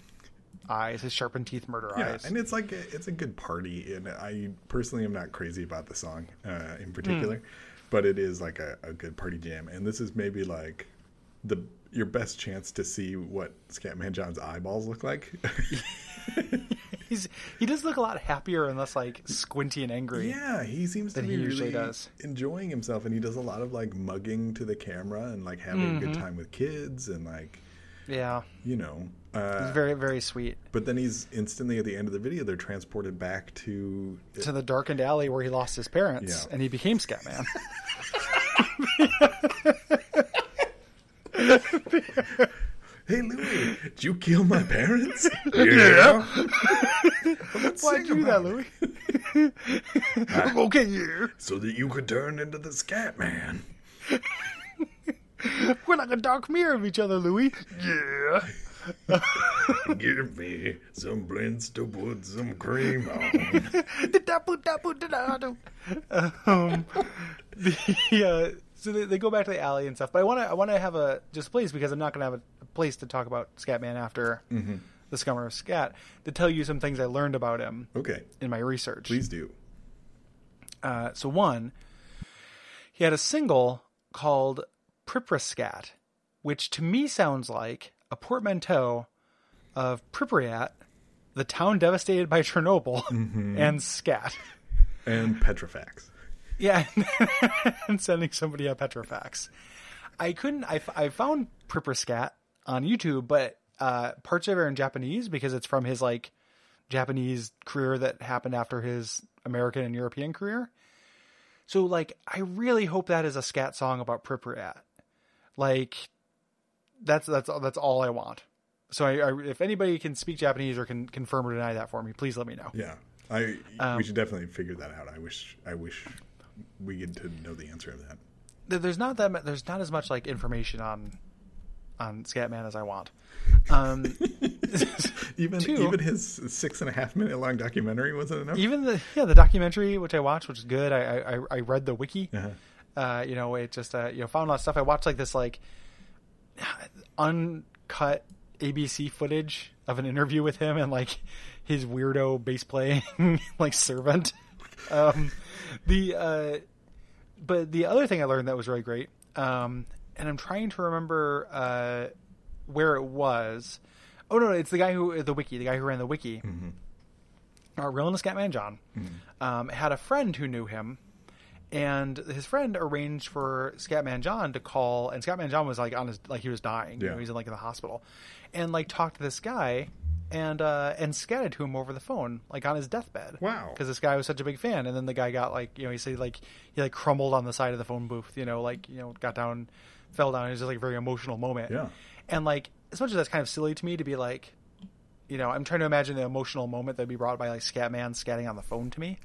Speaker 3: eyes, his sharpened teeth murder
Speaker 2: Yeah,
Speaker 3: eyes.
Speaker 2: and it's like a, it's a good party, and I personally am not crazy about the song uh,
Speaker 3: Hmm.
Speaker 2: in particular, but it is like a, a good party jam, and this is maybe like the your best chance to see what Scatman John's eyeballs look like. *laughs*
Speaker 3: He's he does look a lot happier and less like squinty and angry.
Speaker 2: yeah, he seems to
Speaker 3: That
Speaker 2: be
Speaker 3: he
Speaker 2: really
Speaker 3: usually does.
Speaker 2: enjoying himself, and he does a lot of like mugging to the camera and like having a
Speaker 3: Mm-hmm.
Speaker 2: good time with kids, and like
Speaker 3: Yeah.
Speaker 2: you know.
Speaker 3: He's
Speaker 2: Uh,
Speaker 3: very very sweet.
Speaker 2: but then he's instantly at the end of the video, they're transported back to
Speaker 3: To the darkened alley where he lost his parents
Speaker 2: Yeah.
Speaker 3: and he
Speaker 2: *laughs*
Speaker 3: became Scatman.
Speaker 2: Hey Louie, did you kill my
Speaker 3: *laughs*
Speaker 2: parents? *laughs* yeah.
Speaker 3: Why'd you do that, Louis? *laughs* okay, yeah.
Speaker 2: *laughs* So that you could turn into the scat man.
Speaker 3: like a dark mirror of each other, Louis. *laughs* Yeah.
Speaker 2: Give me some blends to put some cream on.
Speaker 3: *laughs* Da-da-boo-da-boo-da-da-do. um, *laughs* the, uh, so they, they go back to the alley and stuff. But I want to I want to have a just please because I'm not going to have a, a place to talk about Scatman after the Scummer of Scat to tell you some things I learned about him
Speaker 2: Okay,
Speaker 3: in my research.
Speaker 2: please do.
Speaker 3: Uh, so one, he had a single called Priprascat, which to me sounds like a portmanteau of Pripriat, the town devastated by Chernobyl, *laughs* and scat.
Speaker 2: And Petrifax.
Speaker 3: Yeah, *laughs* and sending somebody a Petrofax. I couldn't. I, f- I found Priperscat on YouTube, but uh, parts of it are in Japanese because it's from his like Japanese career that happened after his American and European career. So like, I really hope that is a scat song about Priperscat. Like, that's that's that's all I want. So I, I, if anybody can speak Japanese or can confirm or deny that for me, please let me know.
Speaker 2: Yeah, I.
Speaker 3: Um,
Speaker 2: we should definitely figure that out. I wish. I wish we get to know the answer of that.
Speaker 3: there- there's not that mu- there's not as much like information on on Scatman as I want. Um,
Speaker 2: Even
Speaker 3: Two.
Speaker 2: even his six and a half minute long documentary wasn't enough.
Speaker 3: even the yeah the documentary which I watched, which is good. I I- I, I read the wiki. Uh, you know, it just uh, you know found a lot of stuff. I watched like this like uncut ABC footage of an interview with him and like his weirdo bass playing *laughs* like servant. Um, the uh, but the other thing I learned that was really great, um, and I'm trying to remember uh, where it was. Oh no, it's the guy who the wiki, the guy who ran the wiki
Speaker 2: Mm-hmm.
Speaker 3: uh, Real and the Scatman John, um, had a friend who knew him, and his friend arranged for Scatman John to call, and Scatman John was like on his like he was dying, you
Speaker 2: Yeah.
Speaker 3: know, he's in like in the hospital, and like talked to this guy, and uh, and scatted to him over the phone, like on his deathbed.
Speaker 2: Wow.
Speaker 3: because this guy was such a big fan, and then the guy got like you know he said like he like crumbled on the side of the phone booth, you know, like you know got down, fell down. It was just like a very emotional moment.
Speaker 2: Yeah.
Speaker 3: and like as much as that's kind of silly to me to be like you know, I'm trying to imagine the emotional moment that'd be brought by like Scatman scatting on the phone to me.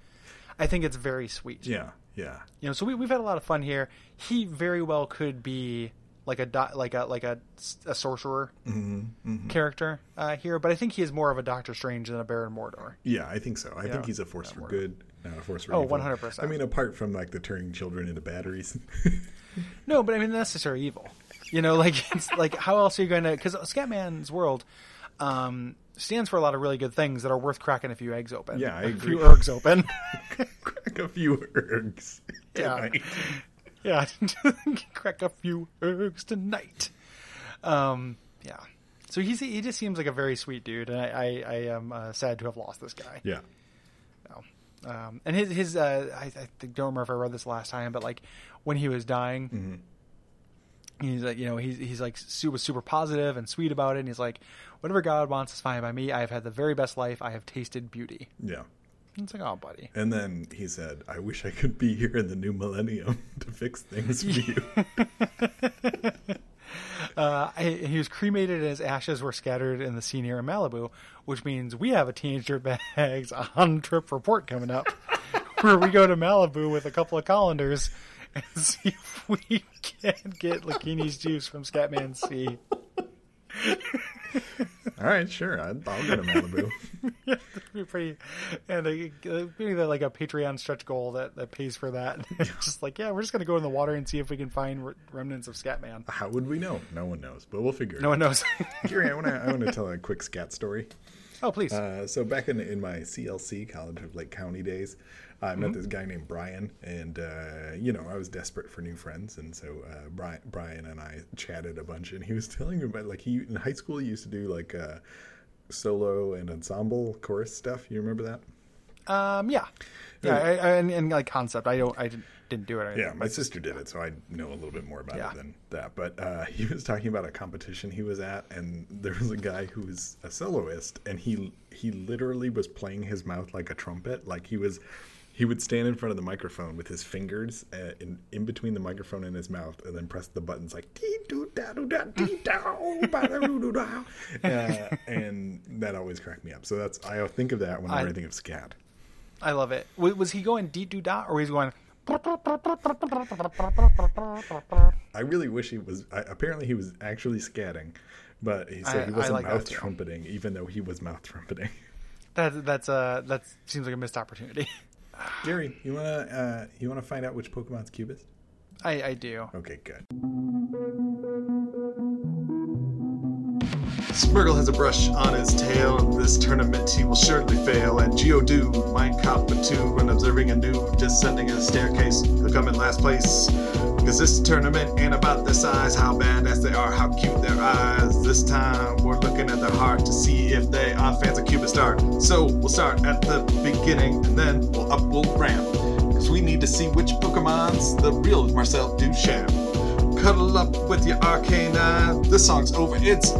Speaker 3: I think it's very sweet.
Speaker 2: yeah, yeah,
Speaker 3: You know, so we, we've had a lot of fun here. He very well could be like a do- like a like a, s- a sorcerer
Speaker 2: Mm-hmm.
Speaker 3: character uh, here, but I think he is more of a Doctor Strange than a Baron Mordor.
Speaker 2: yeah. I think so. I
Speaker 3: Yeah.
Speaker 2: think he's a force for
Speaker 3: work.
Speaker 2: good, not a force for
Speaker 3: Oh,
Speaker 2: evil.
Speaker 3: 100%.
Speaker 2: I mean, apart from like the turning children into batteries. *laughs*
Speaker 3: No, but I mean necessary evil. You know, *laughs* like it's like how else are you going to? Because Scatman's world um, stands for a lot of really good things that are worth cracking a few eggs open.
Speaker 2: Yeah, I
Speaker 3: a few
Speaker 2: agree.
Speaker 3: ergs open.
Speaker 2: *laughs* Crack a few ergs.
Speaker 3: Yeah.
Speaker 2: tonight.
Speaker 3: yeah, *laughs* crack a few eggs tonight. Um, yeah. So he's he just seems like a very sweet dude, and I I, I am uh, sad to have lost this guy.
Speaker 2: Yeah.
Speaker 3: Um, and his his uh, I, I think- don't remember if I read this last time, but like when he was dying, he's like you know he's he's like super super positive and sweet about it, and he's like whatever God wants is fine by me. I have had the very best life. I have tasted beauty.
Speaker 2: Yeah.
Speaker 3: And it's like oh buddy,
Speaker 2: And then he said, I wish I could be here in the new millennium *laughs* to fix things for you.
Speaker 3: uh, I, he was cremated and his ashes were scattered in the sea near Malibu, which means we have a teenager *laughs* bags on trip report coming up, *laughs* where we go to Malibu with a couple of colanders and *laughs* see if we can get Lakini's juice from Scatman Sea.
Speaker 2: All right, sure. I'll, I'll go to Malibu.
Speaker 3: *laughs* Be pretty, and a, uh, maybe that like a Patreon stretch goal that, that pays for that. *laughs* just like yeah, we're just gonna go in the water and see if we can find re- remnants of Scatman.
Speaker 2: *laughs*
Speaker 3: *laughs*
Speaker 2: How would we know? No one knows, but we'll figure it
Speaker 3: No
Speaker 2: out.
Speaker 3: one knows. *laughs*
Speaker 2: Gary, I want to I wanna tell a quick scat story.
Speaker 3: oh please.
Speaker 2: Uh, so back in in my CLC College of Lake County days, I met this guy named Brian, and uh, you know I was desperate for new friends, and so uh, Brian, Brian and I chatted a bunch, and he was telling me about like he in high school he used to do like uh, solo and ensemble chorus stuff. You remember that?
Speaker 3: Um, yeah, yeah, I, I, and, and like concept, I don't, I didn't- didn't do it. Or anything.
Speaker 2: Yeah, my sister did it, so I know a little bit more about
Speaker 3: Yeah.
Speaker 2: it than that. But uh, *laughs* he was talking about a competition he was at, and there was a guy who was a soloist, and he he literally was playing his mouth like a trumpet. Like he was, he would stand in front of the microphone with his fingers uh, in in between the microphone and his mouth, and then press the buttons like dee doo da doo da dee doo ba da doo doo da,
Speaker 3: *laughs*
Speaker 2: Uh, and that always cracked me up. So that's I think of that whenever I,
Speaker 3: I-
Speaker 2: think of scat.
Speaker 3: I love it. Was, was he going dee doo da or was he going?
Speaker 2: I really wish he was. I, apparently, he was actually scatting, but he said
Speaker 3: I-
Speaker 2: he
Speaker 3: I
Speaker 2: wasn't
Speaker 3: like that
Speaker 2: mouth
Speaker 3: too.
Speaker 2: trumpeting, even though he was mouth trumpeting. *laughs*
Speaker 3: That that's uh that seems like a missed opportunity. *laughs*
Speaker 2: Gary, you wanna uh, you wanna find out which Pokemon's cubist?
Speaker 3: I I do.
Speaker 2: Okay, good.
Speaker 4: Smirgle has a brush on his tail. In this tournament, he will surely fail. And Geodude, Mind Cop, but two, when observing a new descending a staircase, he'll come in last place. Cause this tournament ain't about their size, how badass they are, how cute their eyes. This time, we're looking at their heart to see if they are fans of Cupid's Dart. So, we'll start at the beginning, and then we'll up, we'll ramp. Cause we need to see which Pokemon's the real Marcel Duchamp. Cuddle up with your arcane eye. This song's over. It's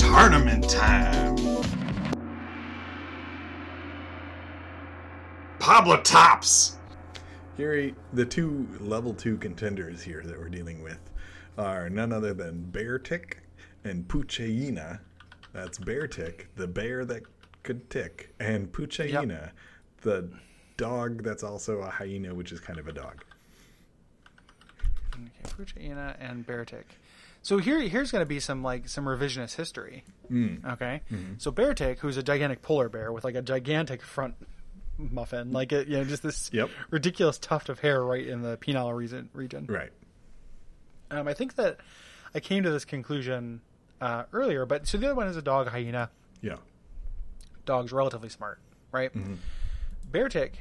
Speaker 4: tournament time. Pablo Tops.
Speaker 2: Gary, the two level two contenders here that we're dealing with are none other than Bear Tick and Puchaina. That's Bear Tick, the bear that could tick, and Puchaina, the dog that's also a hyena, which is kind of a dog.
Speaker 3: Okay, Puchaina and Beartick. So here here's going to be some like some revisionist history.
Speaker 2: Hmm.
Speaker 3: Okay, so Beartick, who's a gigantic polar bear with like a gigantic front muffin, like it, you know, just this
Speaker 2: Yep.
Speaker 3: ridiculous tuft of hair right in the penile region. region.
Speaker 2: Right.
Speaker 3: Um, I think that I came to this conclusion uh, earlier, but so the other one is a dog hyena.
Speaker 2: Yeah.
Speaker 3: Dog's relatively smart, right?
Speaker 2: Mm-hmm.
Speaker 3: Bear tick,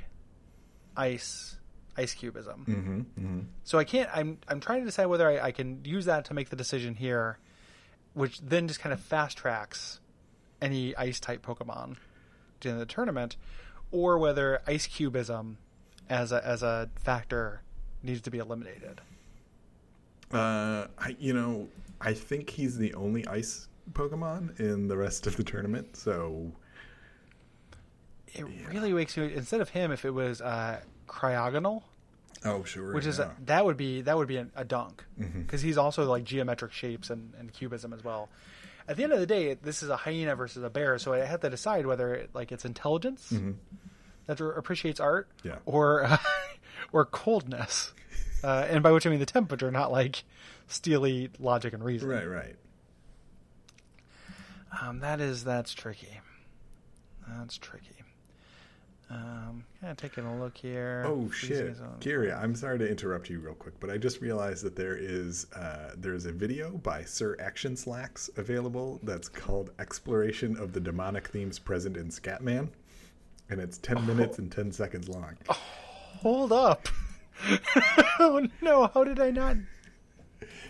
Speaker 3: ice, ice cubism.
Speaker 2: Mm-hmm. mm-hmm.
Speaker 3: So I can't. I'm I'm trying to decide whether I, I can use that to make the decision here, which then just kind of fast tracks any ice type Pokemon to the tournament, or whether ice cubism as a as a factor needs to be eliminated.
Speaker 2: Uh, I, you know, I think he's the only ice Pokemon in the rest of the tournament. So,
Speaker 3: It really wakes me. Instead of him, if it was uh, Cryogonal,
Speaker 2: oh sure,
Speaker 3: which is a, that would be that would be an, a dunk
Speaker 2: Mm-hmm.
Speaker 3: because he's also like geometric shapes and, and cubism as well at the end of the day it- this is a hyena versus a bear so i have to decide whether it, like it's intelligence that re- appreciates art
Speaker 2: Mm-hmm. Yeah.
Speaker 3: or *laughs* or coldness uh, and by which i mean the temperature not like steely logic and reason
Speaker 2: right, right.
Speaker 3: um, that is that's tricky that's tricky um, kind of taking a look here.
Speaker 2: Oh
Speaker 3: Freezing
Speaker 2: shit,
Speaker 3: his own-
Speaker 2: Gary! I'm sorry to interrupt you real quick, but I just realized that there is uh, there is a video by Sir Action Slacks available that's called "Exploration of the Demonic Themes Present in Scatman," and it's ten minutes and ten seconds long.
Speaker 3: Oh. Hold up. *laughs* oh no, how did I not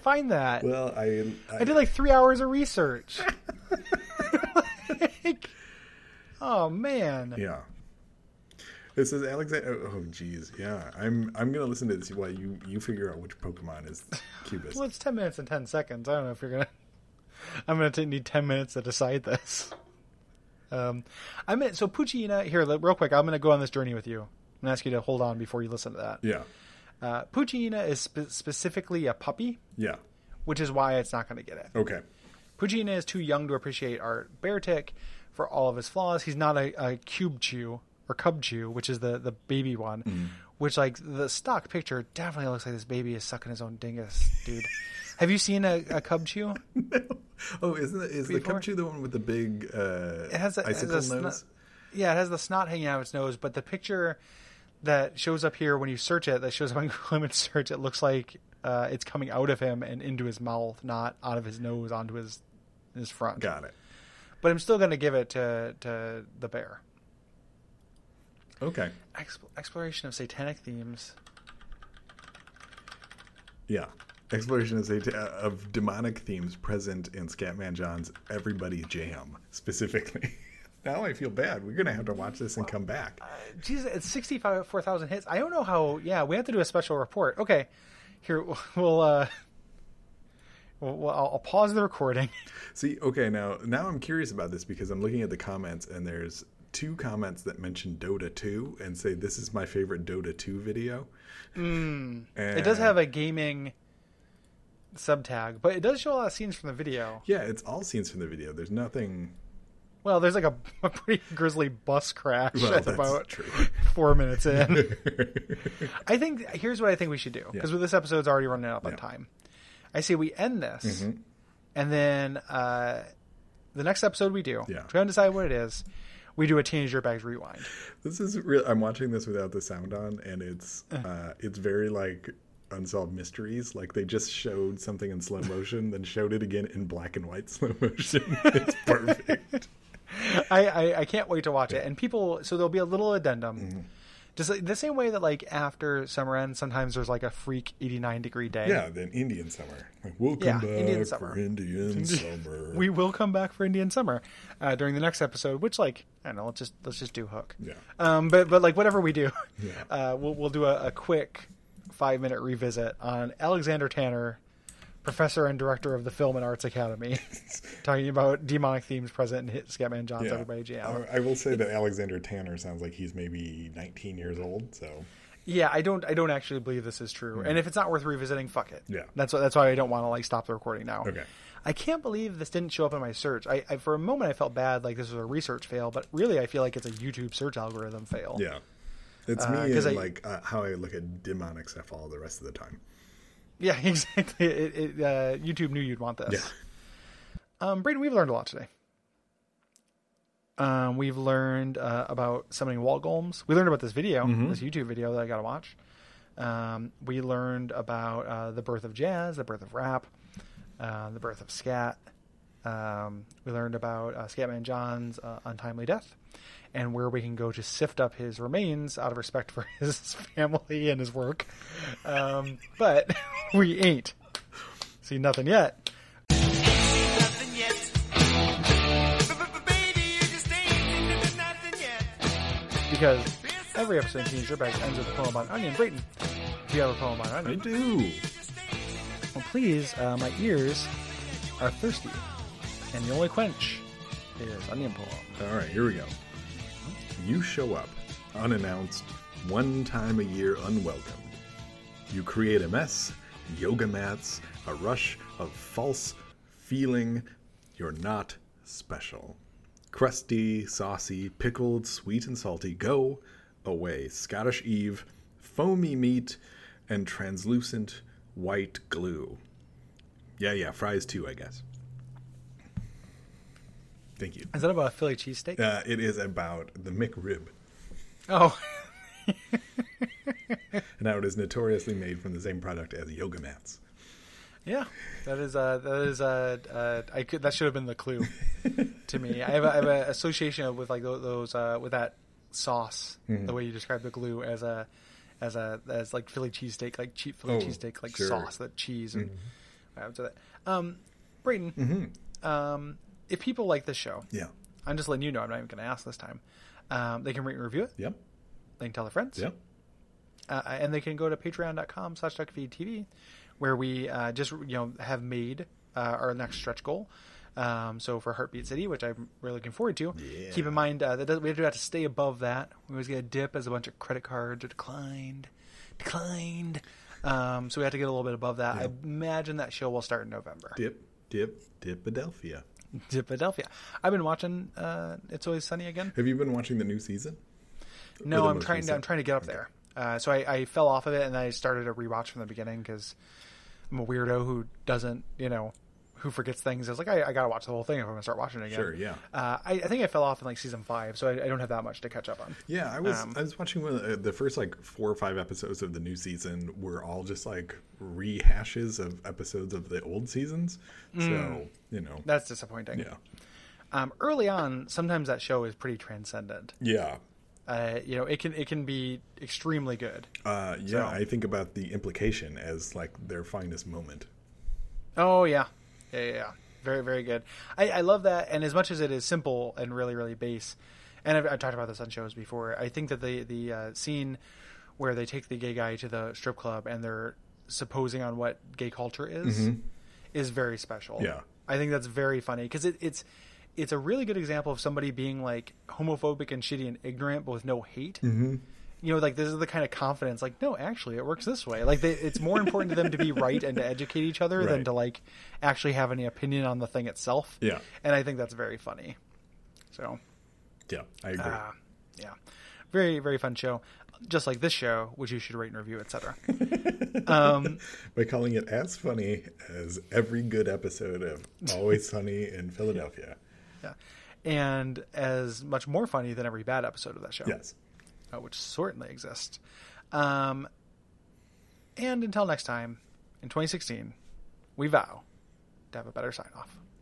Speaker 3: find that?
Speaker 2: Well, I I,
Speaker 3: I did like three hours of research. *laughs* Like, oh man.
Speaker 2: yeah. This is Alexander. Oh, geez, yeah. I'm I'm gonna listen to this while you you figure out which Pokemon is Cubist.
Speaker 3: Well, it's 10 minutes and 10 seconds. I don't know if you're going to. *laughs* I'm going to need 10 minutes to decide this. Um, I'm in, so Puccina here le- real quick. I'm going to go on this journey with you. I'm going to ask you to hold on before you listen to that.
Speaker 2: yeah,
Speaker 3: Uh, Puccina is spe- specifically a puppy,
Speaker 2: yeah.
Speaker 3: which is why it's not going to get it.
Speaker 2: Okay,
Speaker 3: Pugina is too young to appreciate art. Bear Tick, for all of his flaws, he's not a, a cube chew or cub chew, which is the, the baby one,
Speaker 2: Mm-hmm.
Speaker 3: which, like, the stock picture definitely looks like this baby is sucking his own dingus, dude. Have you seen a, a cub chew?
Speaker 2: Oh, isn't it, is the
Speaker 3: Before-
Speaker 2: Cubchoo the one with the big uh,
Speaker 3: It has a, it has a
Speaker 2: icicle
Speaker 3: snot-
Speaker 2: nose?
Speaker 3: yeah, it has the snot hanging out of its nose, but the picture that shows up here when you search it, that shows up on *laughs* Google Image Search, it looks like uh, it's coming out of him and into his mouth, not out of his nose onto his his front.
Speaker 2: Got it.
Speaker 3: But I'm still going to give it to to the bear.
Speaker 2: Okay.
Speaker 3: Expl- exploration of satanic themes.
Speaker 2: Yeah. Exploration is a t- of demonic themes present in Scatman John's Everybody's Jam, specifically. *laughs* now I feel bad. We're going to have to watch this and come back.
Speaker 3: Jesus, it's sixty-five four thousand hits. I don't know how. Yeah, we have to do a special report. Okay, here *laughs* we'll. uh Well, well, I'll, I'll pause the recording. *laughs*
Speaker 2: See, okay, now now I'm curious about this because I'm looking at the comments and there's two comments that mention Dota 2 and say this is my favorite Dota 2 video. And-
Speaker 3: Hmm. It does have a gaming subtag, but it does show a lot of scenes from the video.
Speaker 2: Yeah, it's all scenes from the video. There's
Speaker 3: *laughs*
Speaker 2: nothing
Speaker 3: Well, there's like a, *laughs* a pretty grisly bus crash
Speaker 2: Well,
Speaker 3: at
Speaker 2: that's
Speaker 3: about
Speaker 2: true.
Speaker 3: four minutes *laughs* in. I think here's what I think we should do because this episode's already running out on time. I say we end this,
Speaker 2: Mm-hmm.
Speaker 3: and then uh, the next episode we do,
Speaker 2: Yeah.
Speaker 3: we haven't decided what it is. We do a Teenage Dirtbags rewind.
Speaker 2: *laughs* This is real. I'm watching this without the sound on, and it's uh, it's very like unsolved mysteries. Like they just showed something in slow motion, then showed it again in black and white *laughs* slow motion.
Speaker 3: *laughs*
Speaker 2: it's perfect.
Speaker 3: I, I, I can't wait to watch it. And people, so there'll be a little addendum.
Speaker 2: Mm-hmm.
Speaker 3: Just like, the same way that, like, after summer end, sometimes there's like a freak 89 degree day.
Speaker 2: yeah, then Indian summer. Like, we'll come
Speaker 3: Yeah,
Speaker 2: back
Speaker 3: Indian
Speaker 2: for
Speaker 3: summer.
Speaker 2: Indian summer.
Speaker 3: *laughs* We will come back for Indian summer uh, during the next episode, which, like, I don't know, let's just let's just do Hook.
Speaker 2: Yeah.
Speaker 3: Um, but but like whatever we do, *laughs*
Speaker 2: Yeah.
Speaker 3: uh, we'll we'll do a, a quick five minute revisit on Alexander Tanner, professor and director of the Film and
Speaker 2: *laughs*
Speaker 3: Arts Academy, talking about demonic themes present in Hit Scatman John's
Speaker 2: Yeah.
Speaker 3: Everybody Jam.
Speaker 2: I I will say that Alexander Tanner sounds like he's maybe 19 years old. So
Speaker 3: Yeah, I don't I don't actually believe this is true. And if it's not worth revisiting, fuck it.
Speaker 2: Mm. Yeah.
Speaker 3: That's why that's why I don't want to like stop the recording now.
Speaker 2: Okay.
Speaker 3: I can't believe this didn't show up in my search. I, I for a moment I felt bad like this was a research fail, but really I feel like it's a YouTube search algorithm fail.
Speaker 2: yeah, it's
Speaker 3: Uh,
Speaker 2: me
Speaker 3: 'cause
Speaker 2: and
Speaker 3: I-
Speaker 2: like uh, how I look at demonic stuff all the rest of the time.
Speaker 3: Yeah, *laughs* exactly. It, it, uh, YouTube knew you'd want this.
Speaker 2: Yeah,
Speaker 3: Um, Braden, we've learned a lot today. Um, we've learned uh, about summoning Walgolms. We learned about this video, this YouTube video that I got to watch. Um, we learned about uh, the birth of jazz, the birth of rap, uh, the birth of scat. Um, we learned about uh, Scatman John's uh, untimely death and where we can go to sift up his remains out of respect for *laughs* his family and his work. Um, but *laughs* we ain't seen nothing yet.
Speaker 1: nothing yet. Baby, you just ain't seen nothing yet.
Speaker 3: because every episode of Teenage Dirtbags ends with a poem about an onion. Brayton, do you have a poem about an
Speaker 2: I
Speaker 3: onion?
Speaker 2: do.
Speaker 3: Well, please, uh, my ears are thirsty, and the only quench is onion poem.
Speaker 2: All right, here we go. You show up, unannounced, one time a year unwelcomed. You create a mess, yoga mats, a rush of false feeling you're not special. Crusty, saucy, pickled, sweet, and salty, go away. Scottish Eve, foamy meat, and translucent white glue. Yeah, yeah, fries too, I guess. Thank you.
Speaker 3: Is that about a Philly cheesesteak?
Speaker 2: Uh, it is about the McRib.
Speaker 3: Oh, *laughs*
Speaker 2: Now it is notoriously made from the same product as yoga mats.
Speaker 3: yeah. That is uh, that is uh, uh, I could that should have been the clue to me. I have a, I have an association with like tho- those uh, with that sauce,
Speaker 2: Mm-hmm.
Speaker 3: the way you describe the glue as a as a as like Philly cheesesteak, like cheap Philly
Speaker 2: Oh,
Speaker 3: cheesesteak, like
Speaker 2: sure. Mm-hmm.
Speaker 3: sauce that cheese and I would say that. Um, Brayden, um, if people like this show,
Speaker 2: Yeah.
Speaker 3: I'm just letting you know. I'm not even going to ask this time. Um, they can rate and review it.
Speaker 2: Yep.
Speaker 3: They can tell their friends.
Speaker 2: Yep.
Speaker 3: Uh, and they can go to patreon.com slash duckfeedtv where we uh, just you know have made uh, our next stretch goal um, so for heartbeat city which i'm really looking forward to
Speaker 2: Yeah.
Speaker 3: keep in mind uh, that does, we do have to stay above that we always get a dip as a bunch of credit cards are declined declined um, so we have to get a little bit above that i imagine that show will start in november
Speaker 2: Dip, dip, dipadelphia.
Speaker 3: Philadelphia. i've been watching uh, it's always sunny again
Speaker 2: Have you been watching the new season?
Speaker 3: No,
Speaker 2: the
Speaker 3: I'm
Speaker 2: most
Speaker 3: trying. To, I'm
Speaker 2: recent?
Speaker 3: trying to get up there. Uh, so I, I fell off of it, and I started a rewatch from the beginning because I'm a weirdo who doesn't, you know, who forgets things. I was like, I, I gotta watch the whole thing if I'm gonna start watching it again.
Speaker 2: Sure, yeah.
Speaker 3: Uh, I, I think I fell off in like season five, so I, I don't have that much to catch up on.
Speaker 2: Yeah, I was I was watching one of the, the first like four or five episodes of the new season were all just like rehashes of episodes of the old seasons. So, you know.
Speaker 3: That's disappointing.
Speaker 2: yeah.
Speaker 3: Um, early on, sometimes that show is pretty transcendent.
Speaker 2: Yeah.
Speaker 3: Uh, you know, it can it can be extremely good.
Speaker 2: Uh, yeah, I think about the implication as like their finest moment.
Speaker 3: Oh yeah, yeah, yeah, yeah. very, very good. I, I love that, and as much as it is simple and really, really base, and I've, I've talked about this on shows before. I think that the the uh, scene where they take the gay guy to the strip club and they're supposing on what gay culture is is very special.
Speaker 2: Yeah.
Speaker 3: I think that's very funny because it, it's it's a really good example of somebody being like homophobic and shitty and ignorant, but with no hate. You know, like this is the kind of confidence. Like, no, actually, it works this way. Like, they, it's more important to them to be right and to educate each other than
Speaker 2: Right.
Speaker 3: to like actually have any opinion on the thing itself.
Speaker 2: Yeah.
Speaker 3: and I think that's very funny. So
Speaker 2: Yeah, I agree.
Speaker 3: yeah, very very fun show. just like this show, which you should rate and
Speaker 2: *laughs*
Speaker 3: review, etc.
Speaker 2: by calling it as funny as every good episode of Always Sunny in Philadelphia.
Speaker 3: Yeah. And as much more funny than every bad episode of that show,
Speaker 2: Yes.
Speaker 3: uh, which certainly exists. Um, and until next time, in 2016, we vow to have a better sign off.